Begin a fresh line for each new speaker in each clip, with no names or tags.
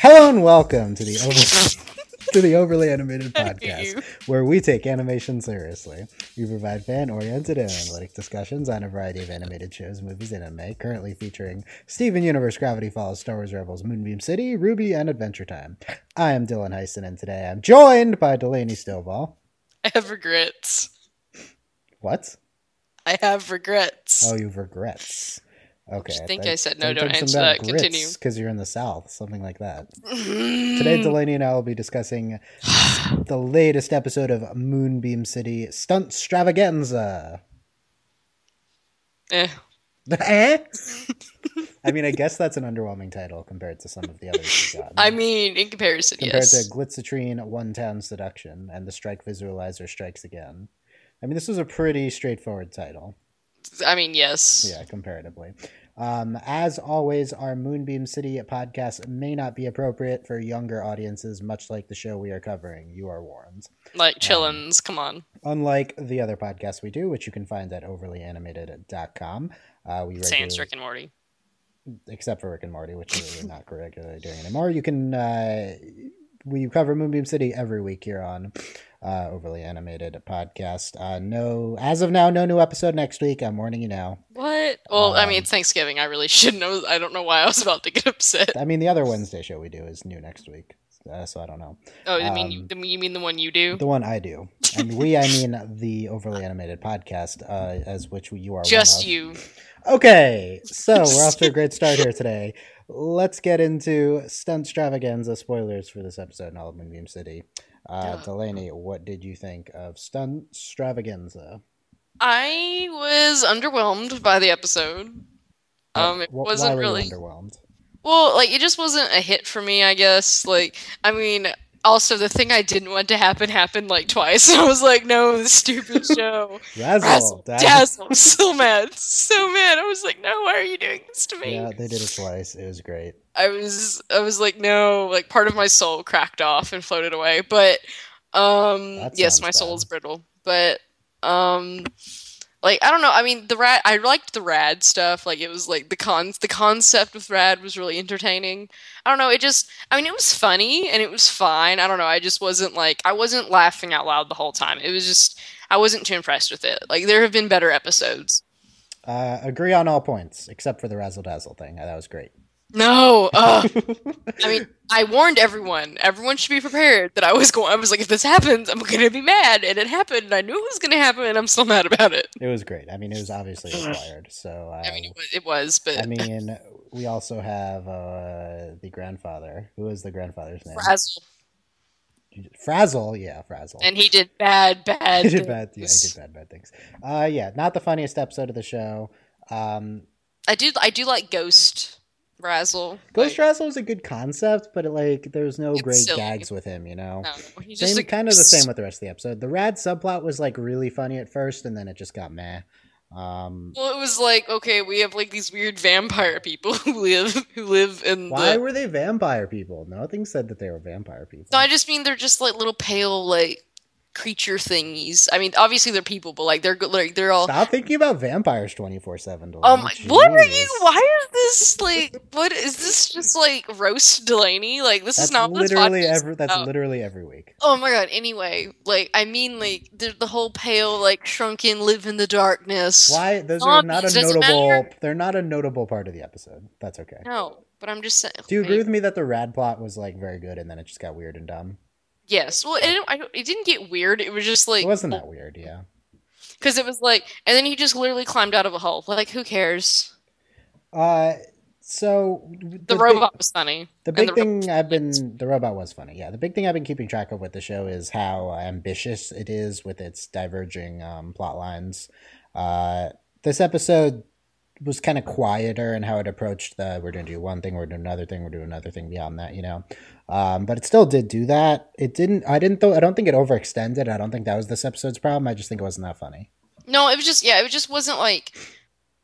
Hello and welcome to the over- to the overly animated podcast, where we take animation seriously. We provide fan-oriented and analytic discussions on a variety of animated shows, movies, and anime. Currently featuring Steven Universe, Gravity Falls, Star Wars Rebels, Moonbeam City, Ruby, and Adventure Time. I am Dylan Heisen, and today I'm joined by Delaney Stillball.
I have regrets.
What?
I have regrets.
Oh, you have regrets. Okay.
I think I said no, don't answer that. Continue.
Because you're in the South, something like that.
Mm.
Today, Delaney and I will be discussing the latest episode of Moonbeam City Stunt Stravaganza.
Eh.
Eh? I mean, I guess that's an underwhelming title compared to some of the others we've gotten.
I mean, in comparison,
compared
yes.
to Glitzitrine, One Town Seduction, and The Strike Visualizer Strikes Again. I mean, this was a pretty straightforward title.
I mean, yes.
Yeah, comparatively. Um, as always, our Moonbeam City podcast may not be appropriate for younger audiences, much like the show we are covering. You are warned.
Like chillins, come on.
Unlike the other podcasts we do, which you can find at overlyanimated.com. Uh, we
Sans
regularly,
Rick and Morty.
except for Rick and Morty, which we're not regularly doing anymore. You can uh, we cover Moonbeam City every week here on uh, Overly Animated podcast. Uh, no, as of now, no new episode next week. I'm warning you now.
What? Well, I mean,
Um,
it's Thanksgiving. I really should know. I don't know why I was about to get upset.
I mean, the other Wednesday show we do is new next week, uh, so I don't know.
Oh, I mean, you,
um,
the- you mean the one you do?
The one I do, and we, I mean the overly animated podcast, uh, as which you are
Just
one of.
you.
Okay, so we're off to a great start here today. Let's get into stunt extravaganza spoilers for this episode in all of Moonbeam City. Uh,
Duh.
Delaney, what did you think of stunt extravaganza?
I was underwhelmed by the episode. Um, it
Wh- why
wasn't
were you
really.
underwhelmed.
Well, like it just wasn't a hit for me, I guess. Like, I mean, also the thing I didn't want to happen happened like twice. I was like, no, this stupid show.
Razzle,
Razzle,
dazzle.
dazzle. I'm so mad, so mad. I was like, no, why are you doing this to me?
Yeah, they did it twice. It was great.
I was, I was like, no, like part of my soul cracked off and floated away. But, um,
That
yes,
sounds
my soul
bad.
is brittle. But, um, like I don't know. I mean, the rad. I liked the rad stuff. Like it was like the cons. The concept of rad was really entertaining. I don't know. It just. I mean, it was funny and it was fine. I don't know. I just wasn't like I wasn't laughing out loud the whole time. It was just I wasn't too impressed with it. Like there have been better episodes.
Uh, agree on all points except for the razzle dazzle thing. Uh, That was great.
No. Ugh. I mean, I warned everyone. Everyone should be prepared that I was going. I was like, if this happens, I'm gonna be mad, and it happened. And I knew it was gonna happen, and I'm still mad about it.
It was great. I mean, it was obviously required. So uh,
I mean, it was, it was but
I mean, we also have uh, the grandfather. Who is the grandfather's name?
Razzle,
Frazzle. Yeah, Frazzle.
and he did bad, bad.
he did bad. Yeah, he
things.
did bad, bad things. Uh, yeah, not the funniest episode of the show. Um,
I do. I do like Ghost Razzle.
Ghost
like,
Frazzle is a good concept, but it, like, there's no
It's
great
silly.
gags with him. You know.
I don't know, he's um, just
Same,
a
kind of the same
ghost.
with the rest of the episode. The rad subplot was like really funny at first, and then it just got meh. Um,
Well, it was like okay, we have like these weird vampire people who live who live in
why
the.
were they vampire people? Nothing said that they were vampire people.
No, I just mean they're just like little pale like creature thingies. I mean, obviously they're people, but like they're go- like they're all.
Stop thinking about vampires twenty four seven.
Oh my! What are you? Why is this like? What is this? Just like roast Delaney? Like this
That's
is not what this
literally
podcast is
every. That's
about.
literally every week.
Oh my god! Anyway, like I mean, like the, the whole pale, like shrunken, live in the darkness.
Why those are not
Zombies,
a
doesn't
notable.
matter.
They're not a notable part of the episode. That's okay.
No, but I'm just saying.
Do you agree with me that the rad plot was like very good, and then it just got weird and dumb?
Yes. Well, it, don't- I don't, it didn't get weird. It was just like
It wasn't that weird, yeah.
because it was like, and then he just literally climbed out of a hole. Like who cares?
Uh, so the,
The,
big-
robot was funny.
The
and
big
the
thing I've been the robot was funny. Yeah, the big thing I've been keeping track of with the show is how ambitious it is with its diverging um, plot lines. Uh, this episode was kind of quieter in how it approached the we're going to do one thing, we're doing another thing, we're doing another thing beyond that, you know. Um, but it still did do that. It didn't. I didn't. Though I don't think it overextended. I don't think that was this episode's problem. I just think it wasn't that funny.
No, it was just yeah, it just wasn't like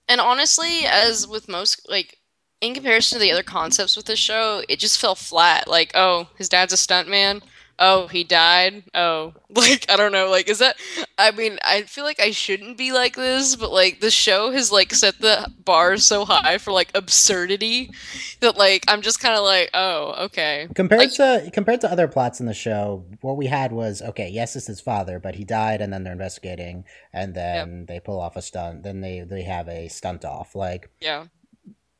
and honestly, as with most like in comparison to the other concepts with this show, it just fell flat. Like, oh, his dad's a stuntman. oh, he died. Oh, like I don't know. Like is that? I mean, I feel like I shouldn't be like this, but like the show has like set the bar so high for like absurdity that like I'm just kind of like, oh, okay.
Compared
Like-
to compared to other plots in the show, what we had was okay. Yes, it's his father, but he died, and then they're investigating, and then they pull off a stunt. Then they they have a stunt off. Like
Yeah.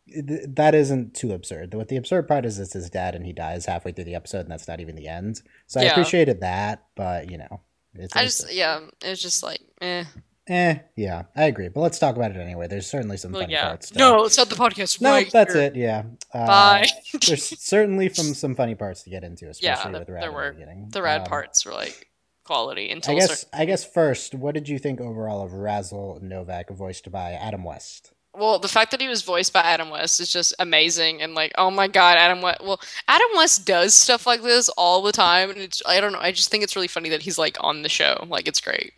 th- that isn't too absurd. What the absurd part is, it's his dad, and he dies halfway through the episode, and that's not even the end. So I
Yeah.
appreciated that, but you know, it's
I just yeah, it's just like eh.
eh, yeah, I agree. But let's talk about it anyway. There's certainly some
Well,
funny
yeah.
parts. to-
No, it's not the podcast.
no,
right
that's
here.
it. Yeah, uh,
Bye.
there's certainly from some funny parts to get into,
Yeah,
especially
th-
with Rad
there
in
were.
the beginning.
the rad
Um,
parts were like quality until
I
a
guess. I guess first, what did you think overall of Razzle Novak, voiced by Adam West?
Well, the fact that he was voiced by Adam West is just amazing, and like, oh my god, Adam West. Well, Adam West does stuff like this all the time, and it's I don't know. I just think it's really funny that he's like on the show. Like, it's great.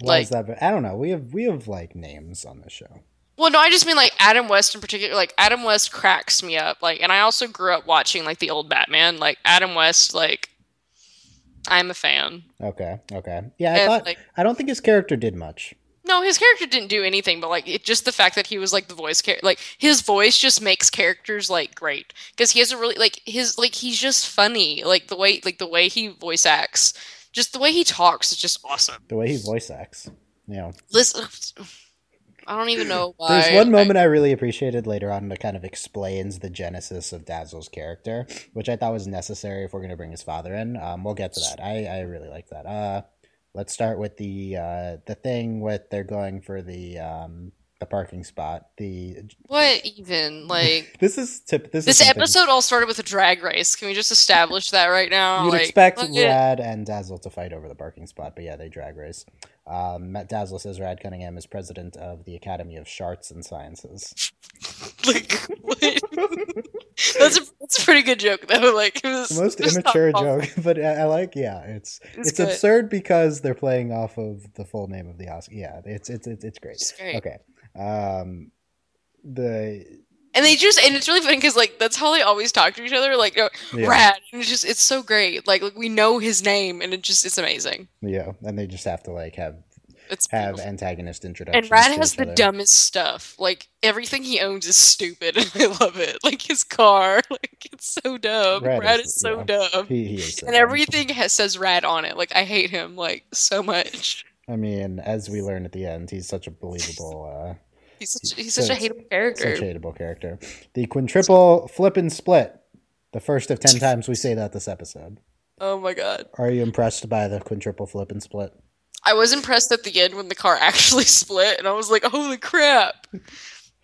Why is that? I don't know. We have we have like names on the show.
Well, no, I just mean like Adam West in particular. Like Adam West cracks me up. Like, and I also grew up watching like the old Batman. Like Adam West, like I'm a fan.
Okay, okay, yeah. I
And,
thought
like-
I don't think his character did much.
No, his character didn't do anything, but like it just the fact that he was like the voice char- like his voice just makes characters like great because he has a really like his like he's just funny like the way like the way he voice acts, just the way he talks is just awesome.
The way he voice acts, you know.
Listen, I don't even know why.
There's one
I-
moment I really appreciated later on that kind of explains the genesis of Dazzle's character, which I thought was necessary if we're going to bring his father in. Um, we'll get to that. I, I really like that. Uh, let's start with the uh, the thing with they're going for the um, the parking spot. The
what even like
this is tip. This,
this
is something
episode all started with a drag race. Can we just establish that right now?
You'd
like,
expect
look at-
Rad and Dazzle to fight over the parking spot, but yeah, they drag race. Um, Matt Dazzle says Rad Cunningham is president of the Academy of Sharts and Sciences.
like, what? that's a that's a pretty good joke though. Like it was,
the most
it was not
immature
awful.
joke, but I, I like. Yeah, it's it's,
It's good.
absurd because they're playing off of the full name of the Oscar. Yeah, it's it's it's, it's great.
It's great.
Okay, um, the
And they just, and it's really funny because like that's how they always talk to each other, like uh,
yeah,
Rad, and it's just it's so great. Like, like we know his name, and it just it's amazing.
yeah, and they just have to like have
It's
have
beautiful.
antagonist introductions.
and Rad
to
has
each
the
other.
dumbest stuff. Like everything he owns is stupid, and I love it. Like his car, like it's so dumb.
Rad
Rad,
is-
is, so
yeah.
dumb,
He, he is so
and
dumb.
everything has, says Rad on it. Like I hate him like so much.
I mean, as we learn at the end, he's such a believable,
He's such he's
So
such a
it's-
hateable
uh, such
character.
hateable character. The quintuple flip and split. The first of ten times we say that this episode.
oh my god,
Are you impressed by the quintuple flip and split?
I was impressed at the end when the car actually split, and I was like, holy crap!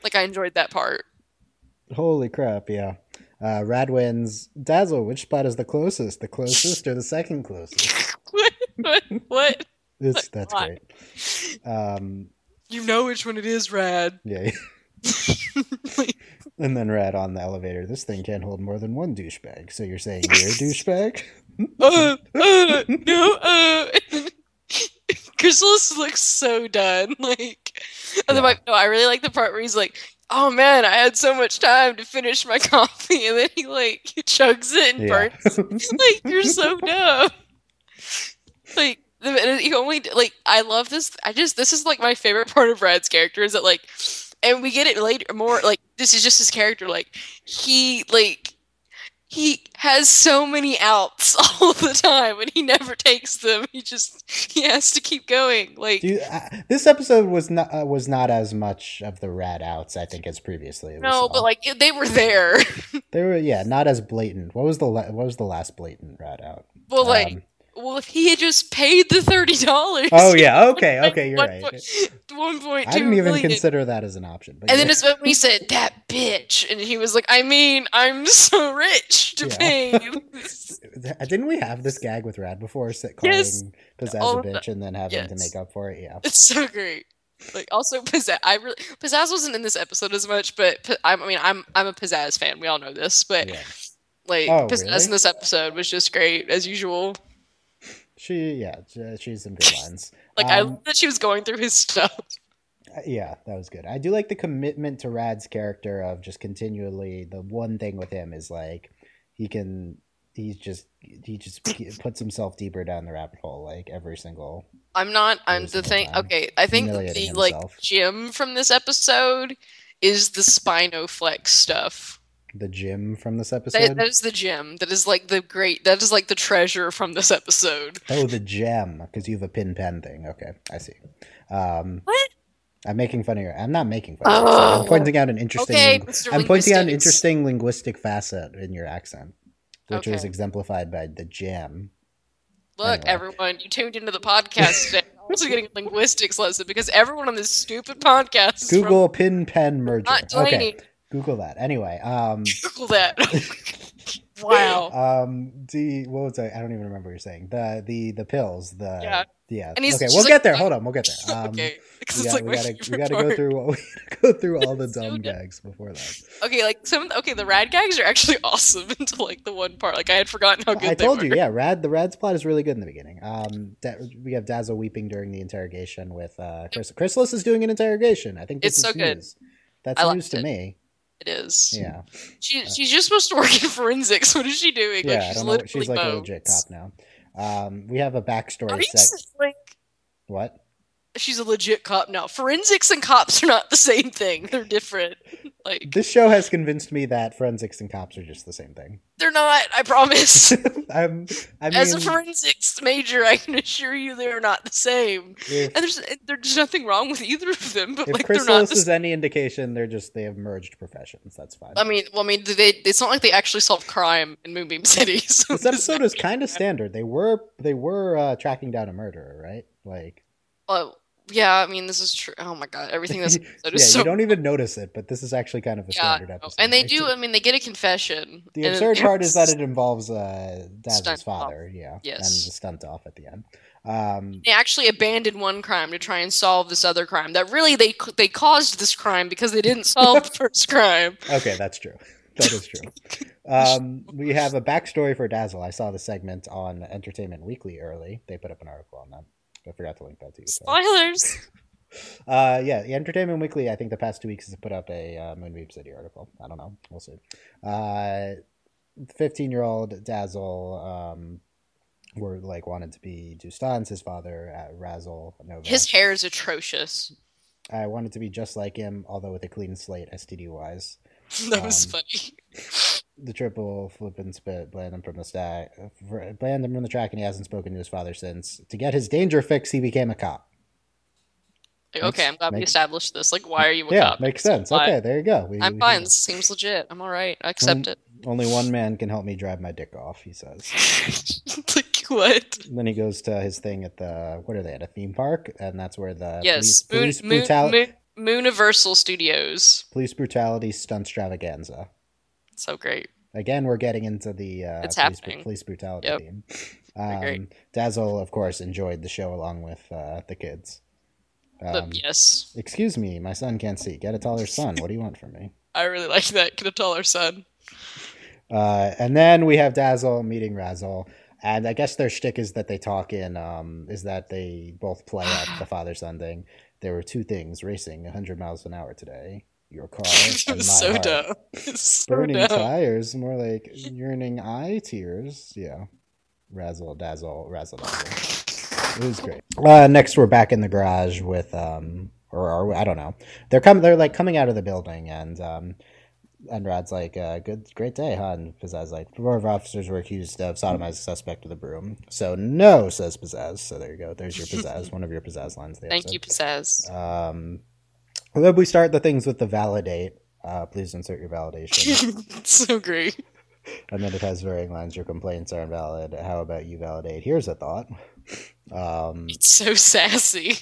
like I enjoyed that part.
Holy crap, yeah. Uh, Rad wins. Dazzle, which spot is the closest? The closest or the second closest?
what? What? What?
It's, that's
Why?
great. Um,
You know which one it is, Rad.
yeah. and then Rad on the elevator. This thing can't hold more than one douchebag. So you're saying you're a douchebag?
Uh, uh, no, uh. Chrysalis looks so done. Like, and
Yeah.
then like, no, I really like the part where he's like, "Oh man, I had so much time to finish my coffee," and then he like chugs it and
Yeah.
burns. like, you're so dumb. Like, the, and he only like I love this. I just this is like my favorite part of Brad's character is that like, and we get it later more like this is just his character. Like, he like he has so many outs all the time and he never takes them he just he has to keep going like
Do you, uh, this episode was not uh, was not as much of the Rad outs, I think, as previously. we
no
saw.
but like they were there
they were yeah, not as blatant. What was the la- what was the last blatant Rad out?
well like
Um,
well if he had just paid the thirty dollars
oh yeah, okay, okay, you're
one
right.
point- one point
I
two
didn't even
million.
consider that as an option. But
and then
yeah.
it's when we said that bitch and he was like i mean i'm so rich to
Yeah.
pay
Th- Didn't we have this gag with Rad before? Sit calling
Yes.
Pizzazz
All
a
of the-
bitch and then having to
Yes.
make up for it. Yeah.
It's so great. Like also pizzazz. I really pizzazz wasn't in this episode as much, but pi- I'm- I mean I'm I'm a pizzazz fan. We all know this, but
yeah.
like
Oh,
pizzazz
really?
in this episode was just great as usual.
She, yeah, j- she's some good lines.
Like I
Um,
love that she was going through his stuff.
Uh, yeah, that was good. I do like the commitment to Rad's character of just continually the one thing with him is like he can he's just he just puts himself deeper down the rabbit hole like every single
I'm not. I'm
Every
the
single
thing.
time.
Okay, I think the
Humiliating
like
himself.
Jim from this episode is the Spinoflex stuff.
the gym from this
That,
episode.
that is the gem. That is like the great. That is like the treasure from this episode.
oh, the gem because you have a pin pen thing. Okay, I see. Um,
What?
I'm making fun of your. I'm not making fun. of your accent. I'm
Oh.
pointing out an interesting.
Okay,
lingu-
Mr.
I'm pointing out an
Linguistics.
interesting linguistic facet in your accent, which was
Okay.
exemplified by the gem.
Look,
anyway.
everyone, you tuned into the podcast today. I'm also getting a linguistics lesson because everyone on this stupid podcast is from-
Google pin pen merger.
not Delaney.
Okay, Google that. Anyway, um,
Google that. wow.
um, the what was I? I don't even remember what you're saying. The the the pills. The
Yeah.
yeah.
And he's-
okay,
she's
we'll
like-
get there. Hold on, we'll get there. Um,
okay, because
We,
it's
got,
like
we
my
gotta we
favorite
gotta go
part.
through what we go through all the
So
dumb
dumb.
gags before that.
Okay, like some okay, the rad gags are actually awesome until like the one part. Like I had forgotten how good
I
they
told
were.
you, yeah. Rad the Rad's plot is really good in the beginning. Um, da- we have Dazzle weeping during the interrogation with uh, Chris. Chrysalis is doing an interrogation. I think this
It's
is
so good.
news. That's
I liked
news to
it.
me.
It is.
Yeah,
She she's just supposed to work in forensics. What is she doing?
yeah.
like
I
she's
don't know.
literally
She's like a legit
bones.
cop now. Um, we have a backstory.
Forensics,
Sec-
like,
what?
she's a legit cop now. Forensics and cops are not the same thing. They're different. Like
This show has convinced me that forensics and cops are just the same thing.
they're not. I promise.
I'm, I mean,
As a forensics major, I can assure you they are not the same.
if,
And there's there's nothing wrong with either of them, but
if
like they're not
Chrysalis
the
is any indication, they're just they have merged professions. That's fine.
I mean, well, I mean, they, it's not like they actually solve crime in Moonbeam City. So
this episode is kind of standard. They were they were uh, tracking down a murderer, right? Like,
Well, yeah, I mean, this is true. Oh my god, everything that's episode
yeah,
is so.
you don't even notice it, but this is actually kind of a
Yeah,
standard episode.
and they
It's-
do. I mean, they get a confession.
The
and
absurd
then-
part is that it involves uh, Dazzle's
Stunt off.
father, yeah,
Yes.
and the stunt off at the end. Um,
they actually abandoned one crime to try and solve this other crime. That really they they caused this crime because they didn't solve the first crime.
Okay, that's true. That is true. Um, we have a backstory for Dazzle. I saw the segment on Entertainment Weekly early. They put up an article on that. I forgot to link that to you. sorry.
Spoilers.
Uh, yeah, the Entertainment Weekly. I think the past two weeks has put up a uh, Moonbeam City article. I don't know. We'll see. Uh, Fifteen-year-old Dazzle. Um, were like wanted to be Dustans, his father, uh, Razzle Nova.
His hair is atrocious.
I wanted to be just like him, although with a clean slate, STD wise.
That was
Um,
funny.
the triple flip and spit bland him from the stack bland him from the track and he hasn't spoken to his father since to get his danger fix he became a cop
Like,
makes-
okay, I'm glad we
makes-
established this. Like, why are you a
yeah
cop?
makes sense
Why?
okay there you go We-
I'm
we-
fine. This seems legit. I'm all right. I accept it.
only one man can help me drive my dick off he says
like what?
And then he goes to his thing at the what are they at a theme park and that's where the
Yes, Moon,
police, police,
Moon,
brutali-
Moon, Mooniversal Studios.
police brutality stunt extravaganza
So great.
again we're getting into the uh,
It's
police,
happening.
police brutality
Yep.
theme
Agree.
um, dazzle of course enjoyed the show along with uh, the kids
But
Um,
yes,
Excuse me, my son can't see. Get a taller son. What do you want from me?
I really like that. Could have told our son.
Uh, and then we have Dazzle meeting Razzle, and I guess their shtick is that they talk in um, is that they both play up the father son thing. There were two things racing 100 miles an hour today. Your car
it
and my
was so
heart.
dumb. It's so
Burning
dumb.
tires, more like yearning eye tears. Yeah, Razzle Dazzle Razzle Dazzle. It was great. Uh, next, we're back in the garage with, um, or, or I don't know. They're coming. They're like coming out of the building, and um, and Rad's like, uh, "Good, great day, huh?" And Pizzazz like, four of officers were accused of sodomizing a suspect with a broom." So no, says Pizzazz. So there you go. There's your Pizzazz. one of your Pizzazz lines. of The
Thank you, Pizzazz.
you. Um, and then we start the things with the validate. Uh, please insert your validation.
so great.
and then it has varying lines. Your complaints are invalid. How about you validate? Here's a thought. Um,
It's so sassy.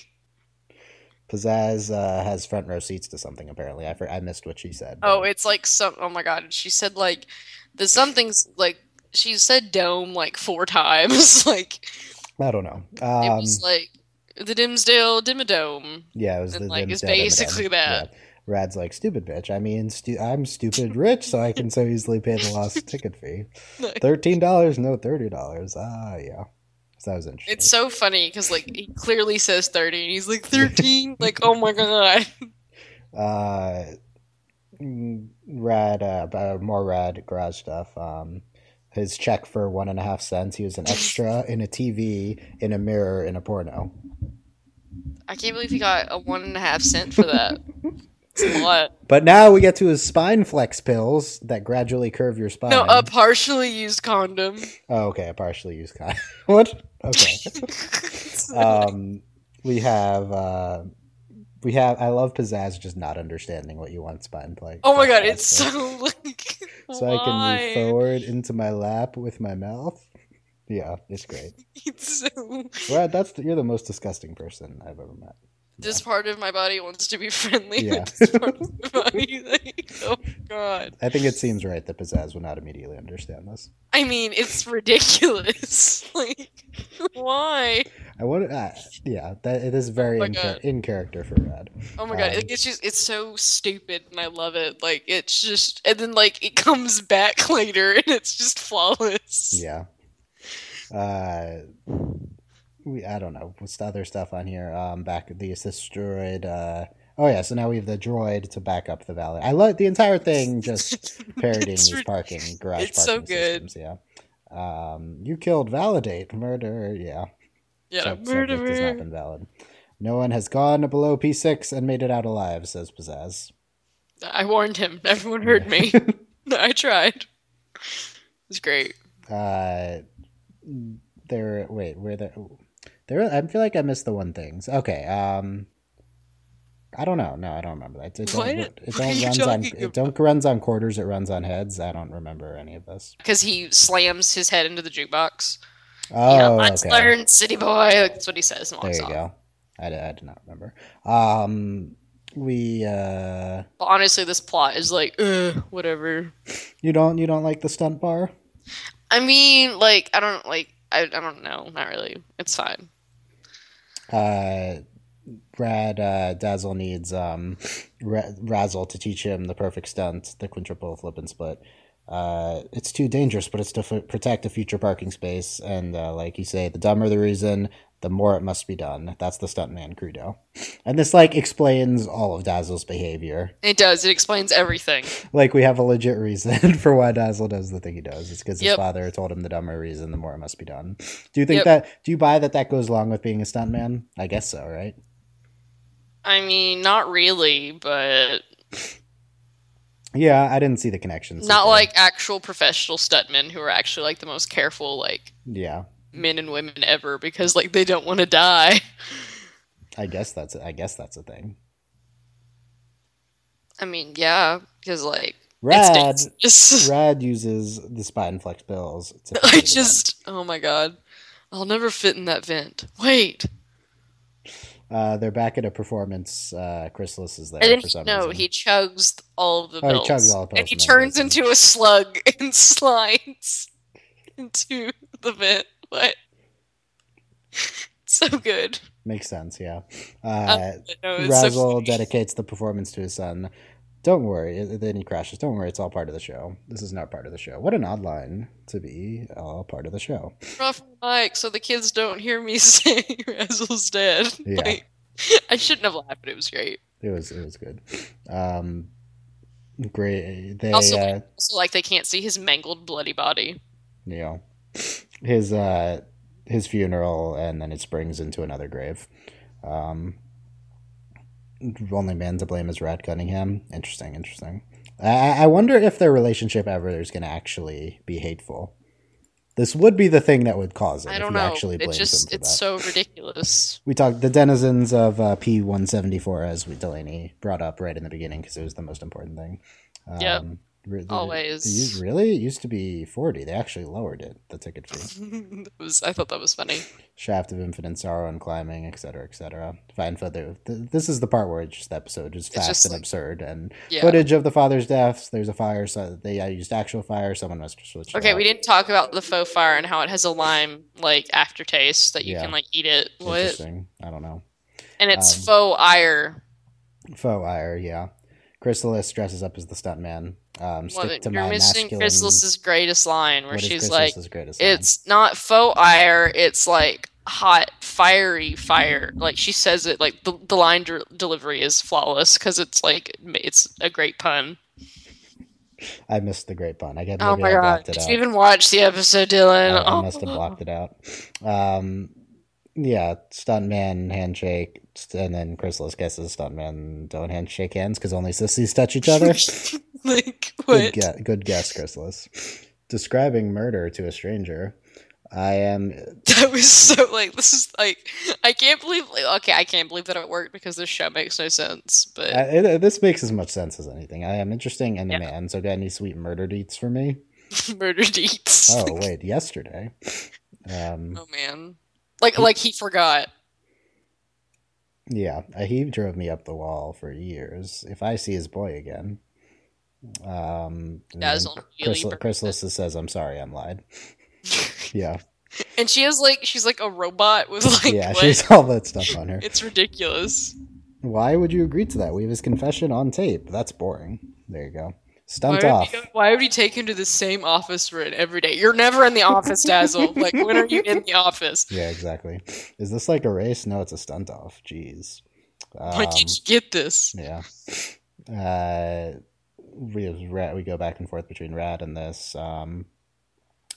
Pizzazz uh, has front row seats to something. Apparently, I for- I missed what she said. but-
Oh, it's like some. Oh my god. She said like the something's like she said dome like four times. like
I don't know.
it
Um,
was like the Dimsdale Dimmadome.
yeah, it was
and,
the
like,
Dim's
it's
dad, Eminem.
basically that.
Yeah. Rad's like stupid bitch. I mean, stu- I'm stupid rich, so I can so easily pay the lost ticket fee.
Like-
Thirteen dollars, no thirty dollars. Ah, yeah. So that was interesting.
It's so funny because like he clearly says thirty, and he's like thirteen. like oh my god,
uh, mm, rad, uh, b- uh, more rad garage stuff. Um, his check for one and a half cents. He was an extra in a TV, in a mirror, in a porno.
I can't believe he got a one and a half cent for that. it's a lot.
But now we get to his spine flex pills that gradually curve your spine.
No, a partially used condom.
Oh, okay, a partially used kind. what? Okay. um, we have uh, we have. I love pizzazz, just not understanding what you want spine flex.
oh my god,
flex
it's
pills.
so like.
So I can move
why?
forward into my lap with my mouth. Yeah, it's great.
It's so-
Well, that's the, you're the most disgusting person I've ever met.
This part of my body wants to be friendly
Yeah.
with this part of my body. Like, oh my god.
I think it seems right that Pizzazz would not immediately understand this.
I mean, it's ridiculous. like, why?
I want, uh, yeah, that it is very
Oh my
in,
god.
in character for Rad.
Oh my god,
Um,
like, it's just it's so stupid and I love it. Like it's just and then like it comes back later and it's just flawless.
Yeah. Uh, we I don't know what's the other stuff on here. Um, back the assist droid. Uh, oh yeah, so now we have the droid to back up the valet. I love the entire thing. Just parodying
It's
these
rid-
parking garage
it's so
parking
good.
systems. Yeah. Um, you killed validate murder. Yeah.
Yeah,
Sub- subject has not
murderer.
been valid. No one has gone below P6 and made it out alive, says Pizzazz.
I warned him. Everyone heard me. I tried. It's great.
Uh, there. Wait, where there? ooh. There. I feel like I missed the one things. Okay. Um, I don't know. No, I don't remember that. It don't,
What?
It
What
don't
are you
runs on.
talking
It don't runs on quarters. It runs on heads. I don't remember any of this.
Because he slams his head into the jukebox.
Oh,
you know, let's
okay.
learn, city boy. Like, that's what he says. And
There
walks
you
off.
go. I, d- I did not remember. Um, we. Uh,
But honestly, this plot is like, uh, whatever.
you don't. You don't like the stunt bar.
I mean, like, I don't like. I, I don't know. Not really. It's fine.
uh, Brad uh, Dazzle needs um, Ra- Razzle to teach him the perfect stunt, the quintuple flip and split. Uh, it's too dangerous, but it's to f- protect a future parking space. And uh, like you say, the dumber the reason, the more it must be done. That's the stuntman credo. And this like explains all of Dazzle's behavior.
It does. It explains everything.
Like we have a legit reason for why Dazzle does the thing he does. It's because his
Yep.
father told him the dumber reason, the more it must be done. Do you think
Yep.
that? Do you buy that that goes along with being a stuntman? I guess so, right?
I mean, not really, but
Yeah, I didn't see the connections.
not
Okay.
like actual professional stuntmen who are actually like the most careful like
Yeah,
men and women ever because like they don't want to die.
I guess that's a, I guess that's a thing.
I mean, yeah, because like
Rad
it's dangerous.
Rad uses the spine flex pills. to
I
fix it.
just oh my god, I'll never fit in that vent. Wait,
uh, they're back at a performance. Uh, Chrysalis is there
and
for
then
some
no,
reason.
he chugs all of the
Oh, he
pills,
chugs all the pills
and he
and then
turns
goes in.
into a slug and slides into the vent. What? so good.
makes sense. Yeah, uh,
But no, it's so
Razzle
funny.
dedicates the performance to his son. Don't worry. and Then he crashes. Don't worry. It's all part of the show. This is not part of the show. What an odd line to be all part of the show.
off my mic so the kids don't hear me say Razzle's dead.
Yeah.
Like, I shouldn't have laughed, but it was great.
It was it was good. Um, great. They
Also-
uh,
Also, like they can't see his mangled, bloody body.
you know his uh his funeral and then it springs into another grave um only man to blame is rad cunningham interesting interesting i I- i wonder if their relationship ever is going to actually be hateful this would be the thing that would cause it
I
if
don't
you
know.
actually
it
blames
just
him for
it's
that
so ridiculous.
we talked the denizens of uh, p174 as we delaney brought up right in the beginning because it was the most important thing um,
Yep.
re-
Always.
it used- really it used to be 40 they actually lowered it the ticket fee
That was, I thought that was funny.
shaft of infinite sorrow and climbing, etc., etc. Find further. Th- this is the part where it's just the episode is fast
just
and
like-
absurd, and
Yeah.
footage of the father's deaths. There's a fire. So they uh, used actual fire. Someone must have switched. it
Okay,
up.
we didn't talk about the faux fire and how it has a lime like aftertaste that you
Yeah.
can like eat it. What?
Interesting. I don't know.
And it's
Um,
faux ire.
Faux ire. Yeah. Chrysalis dresses up as the stuntman. Um,
Love
stick
it.
to
You're
my
missing
masculine.
Chrysalis's greatest line where
What is
she's like,
Chrysalis's greatest line?
It's not faux ire. It's like hot, fiery fire. Like she says it. Like the, the line de- delivery is flawless because it's like it's a great pun.
I missed the great pun. I guess
oh
maybe
my
I
god!
blocked it
Did
out.
you even watch the episode, Dylan?
I, I
oh.
must have blocked it out. Um, yeah, stuntman handshake, st- and then Chrysalis guesses stuntman don't handshake hands because only sissies touch each other.
like
good,
what?
gue- good guess, Chrysalis. Describing murder to a stranger. I am.
That was so like this is like I can't believe like, okay I can't believe that it worked because this show makes no sense. But
I, it, this makes as much sense as anything. I am interesting and a
Yeah.
man, so got any sweet murder deets for me?
murder deeds.
Oh wait, yesterday. Um,
Oh, man, like like he forgot.
yeah, uh, he drove me up the wall for years. If I see his boy again, um, and
That is
then
on really
Chrysal-
bad.
Chrysalis says, "I'm sorry, I'm lied." Yeah,
And she has like she's like a robot with like
yeah,
what?
she's all that stuff on her.
It's ridiculous.
Why would you agree to that? We have his confession on tape. That's boring. There you go.
Why
Stunt
would,
off.
you, why would you take him to the same office for it every day? You're never in the office, Dazzle. Like, when are you in the office?
Yeah, exactly. Is this like a race? No, it's a stunt off. Jeez.
Why
Um,
did you get this?
Yeah. Uh, we have Rad, we go back and forth between Rad and this. Um,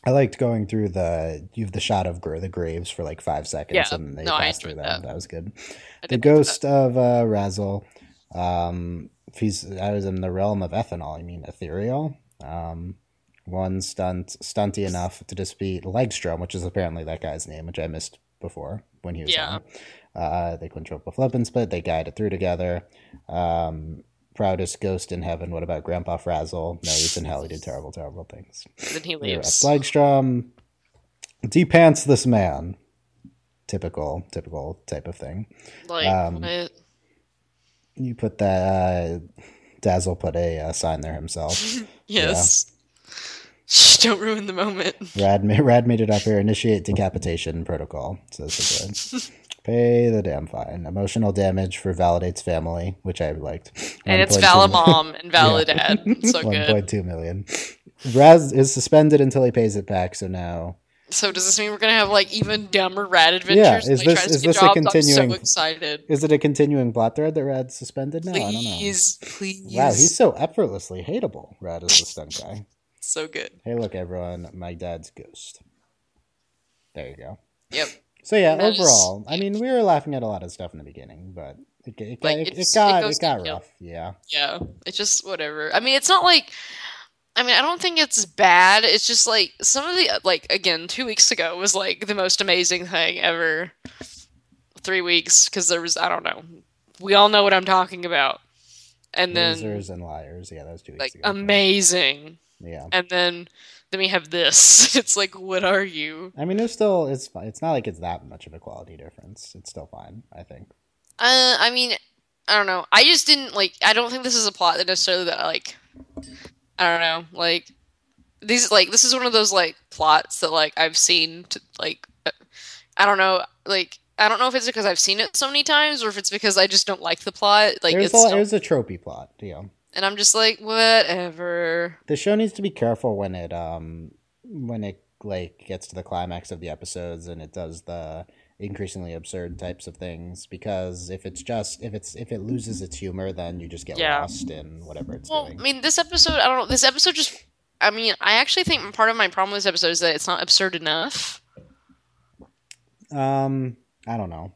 I liked going through the you have the shot of gr- the graves for like five seconds,
Yeah.
and they
No, I
pass through them.
enjoyed
That.
that.
was good.
I
The
did like
ghost of uh, Razzle. Um, if he's I was in the realm of ethanol. I mean ethereal. Um, one stunt stunty enough to defeat Legstrom, which is apparently that guy's name, which I missed before when he was
Yeah.
on. Uh, they quintuple flip and split. They guided through together. Um, proudest ghost in heaven. What about Grandpa Frazzle? No, he's in hell. He did terrible, terrible things.
that. Then he leaves.
Legstrom depants this man. Typical, typical type of thing.
Like,
um,
what?
You put that. Uh, Dazzle put a uh, sign there himself.
Yes. Shh, don't ruin the moment.
Rad, ma- Rad made it up here. Initiate decapitation protocol. Says the good. Pay the damn fine. Emotional damage for validates family, which I liked.
And it's
1.2
Valimom and Validad. It's so
One
good.
point two million. Raz is suspended until he pays it back. So now,
So does this mean we're gonna have like even dumber rat adventures?
is
like,
this-
tries to
is
get
this a
jobs? I'm
continuing-
so excited.
is it a continuing plot thread that Rad's suspended now? I don't know.
Please, please.
Wow, he's so effortlessly hateable. Rad is the stunt guy.
so good.
Hey, look, everyone, my dad's ghost. There you go.
Yep.
So yeah,
And that is-
overall, I mean, we were laughing at a lot of stuff in the beginning, but it, it,
Like,
it, it
it's- it
got it,
goes
got
downhill.
rough. Yeah,
Yeah, it's just whatever. I mean, it's not like. I mean, I don't think it's bad. It's just like some of the like again, two weeks ago was like the most amazing thing ever. Three weeks because there was I don't know. We all know what I'm talking about, and then
losers and liars. Yeah, that was two weeks
like
ago.
amazing,
yeah,
and then then we have this. It's like, what are you?
I mean, it's still it's fi- it's not like it's that much of a quality difference. It's still fine, I think.
Uh, I mean, I don't know. I just didn't like. I don't think this is a plot that necessarily that I like. I don't know. Like these, like this is one of those like plots that like I've seen. To, like uh, I don't know. Like I don't know if it's because I've seen it so many times or if it's because I just don't like the plot. Like
there's
it's,
a,
so-
there's a tropey plot. You know,
and I'm just like whatever.
the show needs to be careful when it um when it like gets to the climax of the episodes and it does the increasingly absurd types of things because if it's just if it's if it loses its humor then you just get
Yeah.
lost in whatever it's
Well,
doing
I mean, this episode, I don't know. This episode just, I mean, I actually think part of my problem with this episode is that it's not absurd enough.
um i don't know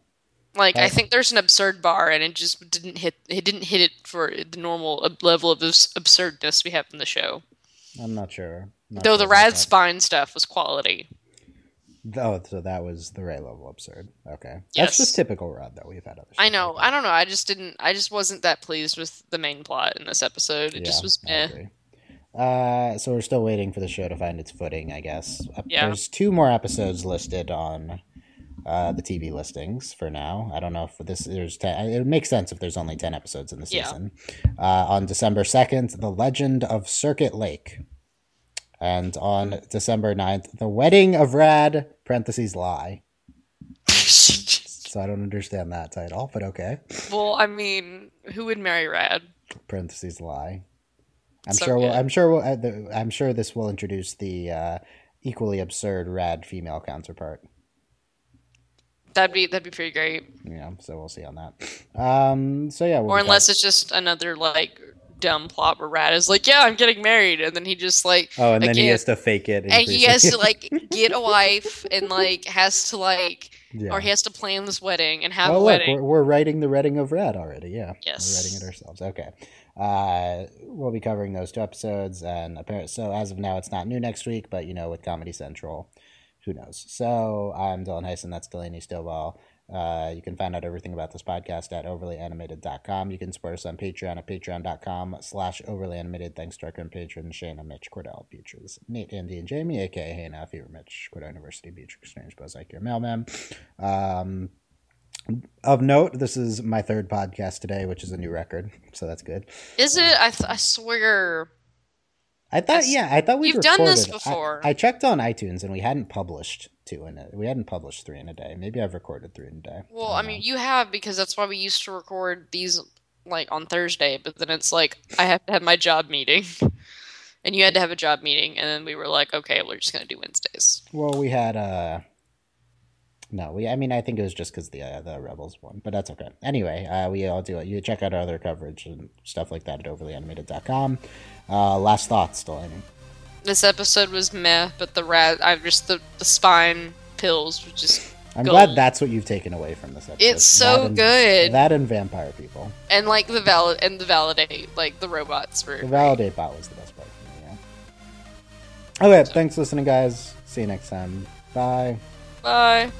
Like, I
Right.
think there's an absurd bar, and it just didn't hit. It didn't hit it for the normal ab- level of abs- absurdness we have in the show.
i'm not sure Not
Though
sure
the
about
rad
that.
spine stuff was quality.
oh so that was the right level absurd okay that's
Yes.
just typical rod though we've had other
I
shows
know.
like
I don't know. I just didn't. I just wasn't that pleased with the main plot in this episode. It just was
I
meh.
agree. Uh, so we're still waiting for the show to find its footing, I guess. Uh,
Yeah.
There's two more episodes listed on uh, the TV listings for now. I don't know if this there's ten. It makes sense if there's only ten episodes in the
Yeah.
season. Uh, on December second, The Legend of Circuit Lake, and on December 9th, The Wedding of Rad (parentheses lie). So I don't understand that title, but okay.
well, I mean, who would marry Rad?
parentheses lie. I'm
So
sure. We'll,
good.
I'm sure. We'll, uh, the, I'm sure this will introduce the uh, equally absurd rad female counterpart.
That'd be that'd be pretty great.
You know, so we'll see on that. Um, so yeah, we'll
or
be
unless it's just another like dumb plot where Rad is like, "Yeah, I'm getting married," and then he just like
Oh, and then he
Again.
has to fake it.
and he
increasingly.
has to like get a wife and like has to like
yeah.
or he has to plan this wedding and have
oh,
a
look,
wedding.
we're, we're writing the reading of Rad already. Yeah. We're
yes.
writing it ourselves. Okay. Uh, we'll be covering those two episodes, and apparently, so as of now, it's not new next week, but you know, with Comedy Central, who knows? So I'm Dylan Heisen. That's Delaney Stillwell. Uh, you can find out everything about this podcast at overlyanimated.com. You can support us on Patreon at patreon.com slash overlyanimated. Thanks to our current patrons, Shana, Mitch, Cordell, Beatrice, Nate, Andy, and Jamie, aka Hannah, Fever Mitch, Cordell University, Beatrice, Strange, Buzz, Like Your Mailman. Um, of note, this is my third podcast today, which is a new record, so that's good.
Is it? I, th- I swear.
I thought,
That's-
yeah, I thought we
You've done this
recorded. I-
before.
I, checked on iTunes and we hadn't published two in a, we hadn't published three in a day. Maybe I've recorded three in a day.
Well,
don't
I
know.
mean, you have because that's why we used to record these like on Thursday, but then it's like I have to have my job meeting, and you had to have a job meeting, and then we were like, okay, we're just gonna do Wednesdays.
well, we had uh, no, we. I mean, I think it was just because the uh, the Rebels won, but that's okay. Anyway, uh, we all do it. You check out our other coverage and stuff like that at overlyanimated.com. Uh, last thoughts, Delaney.
This episode was meh, but the rat, I just the, the spine pills were just
I'm
Go.
glad that's what you've taken away from this episode.
it's so
That and-
good,
That and vampire people.
and like the valid and the validate like the robots were
The validate bot was the best part for me, yeah. Okay, thanks for listening, guys. See you next time. Bye.
bye.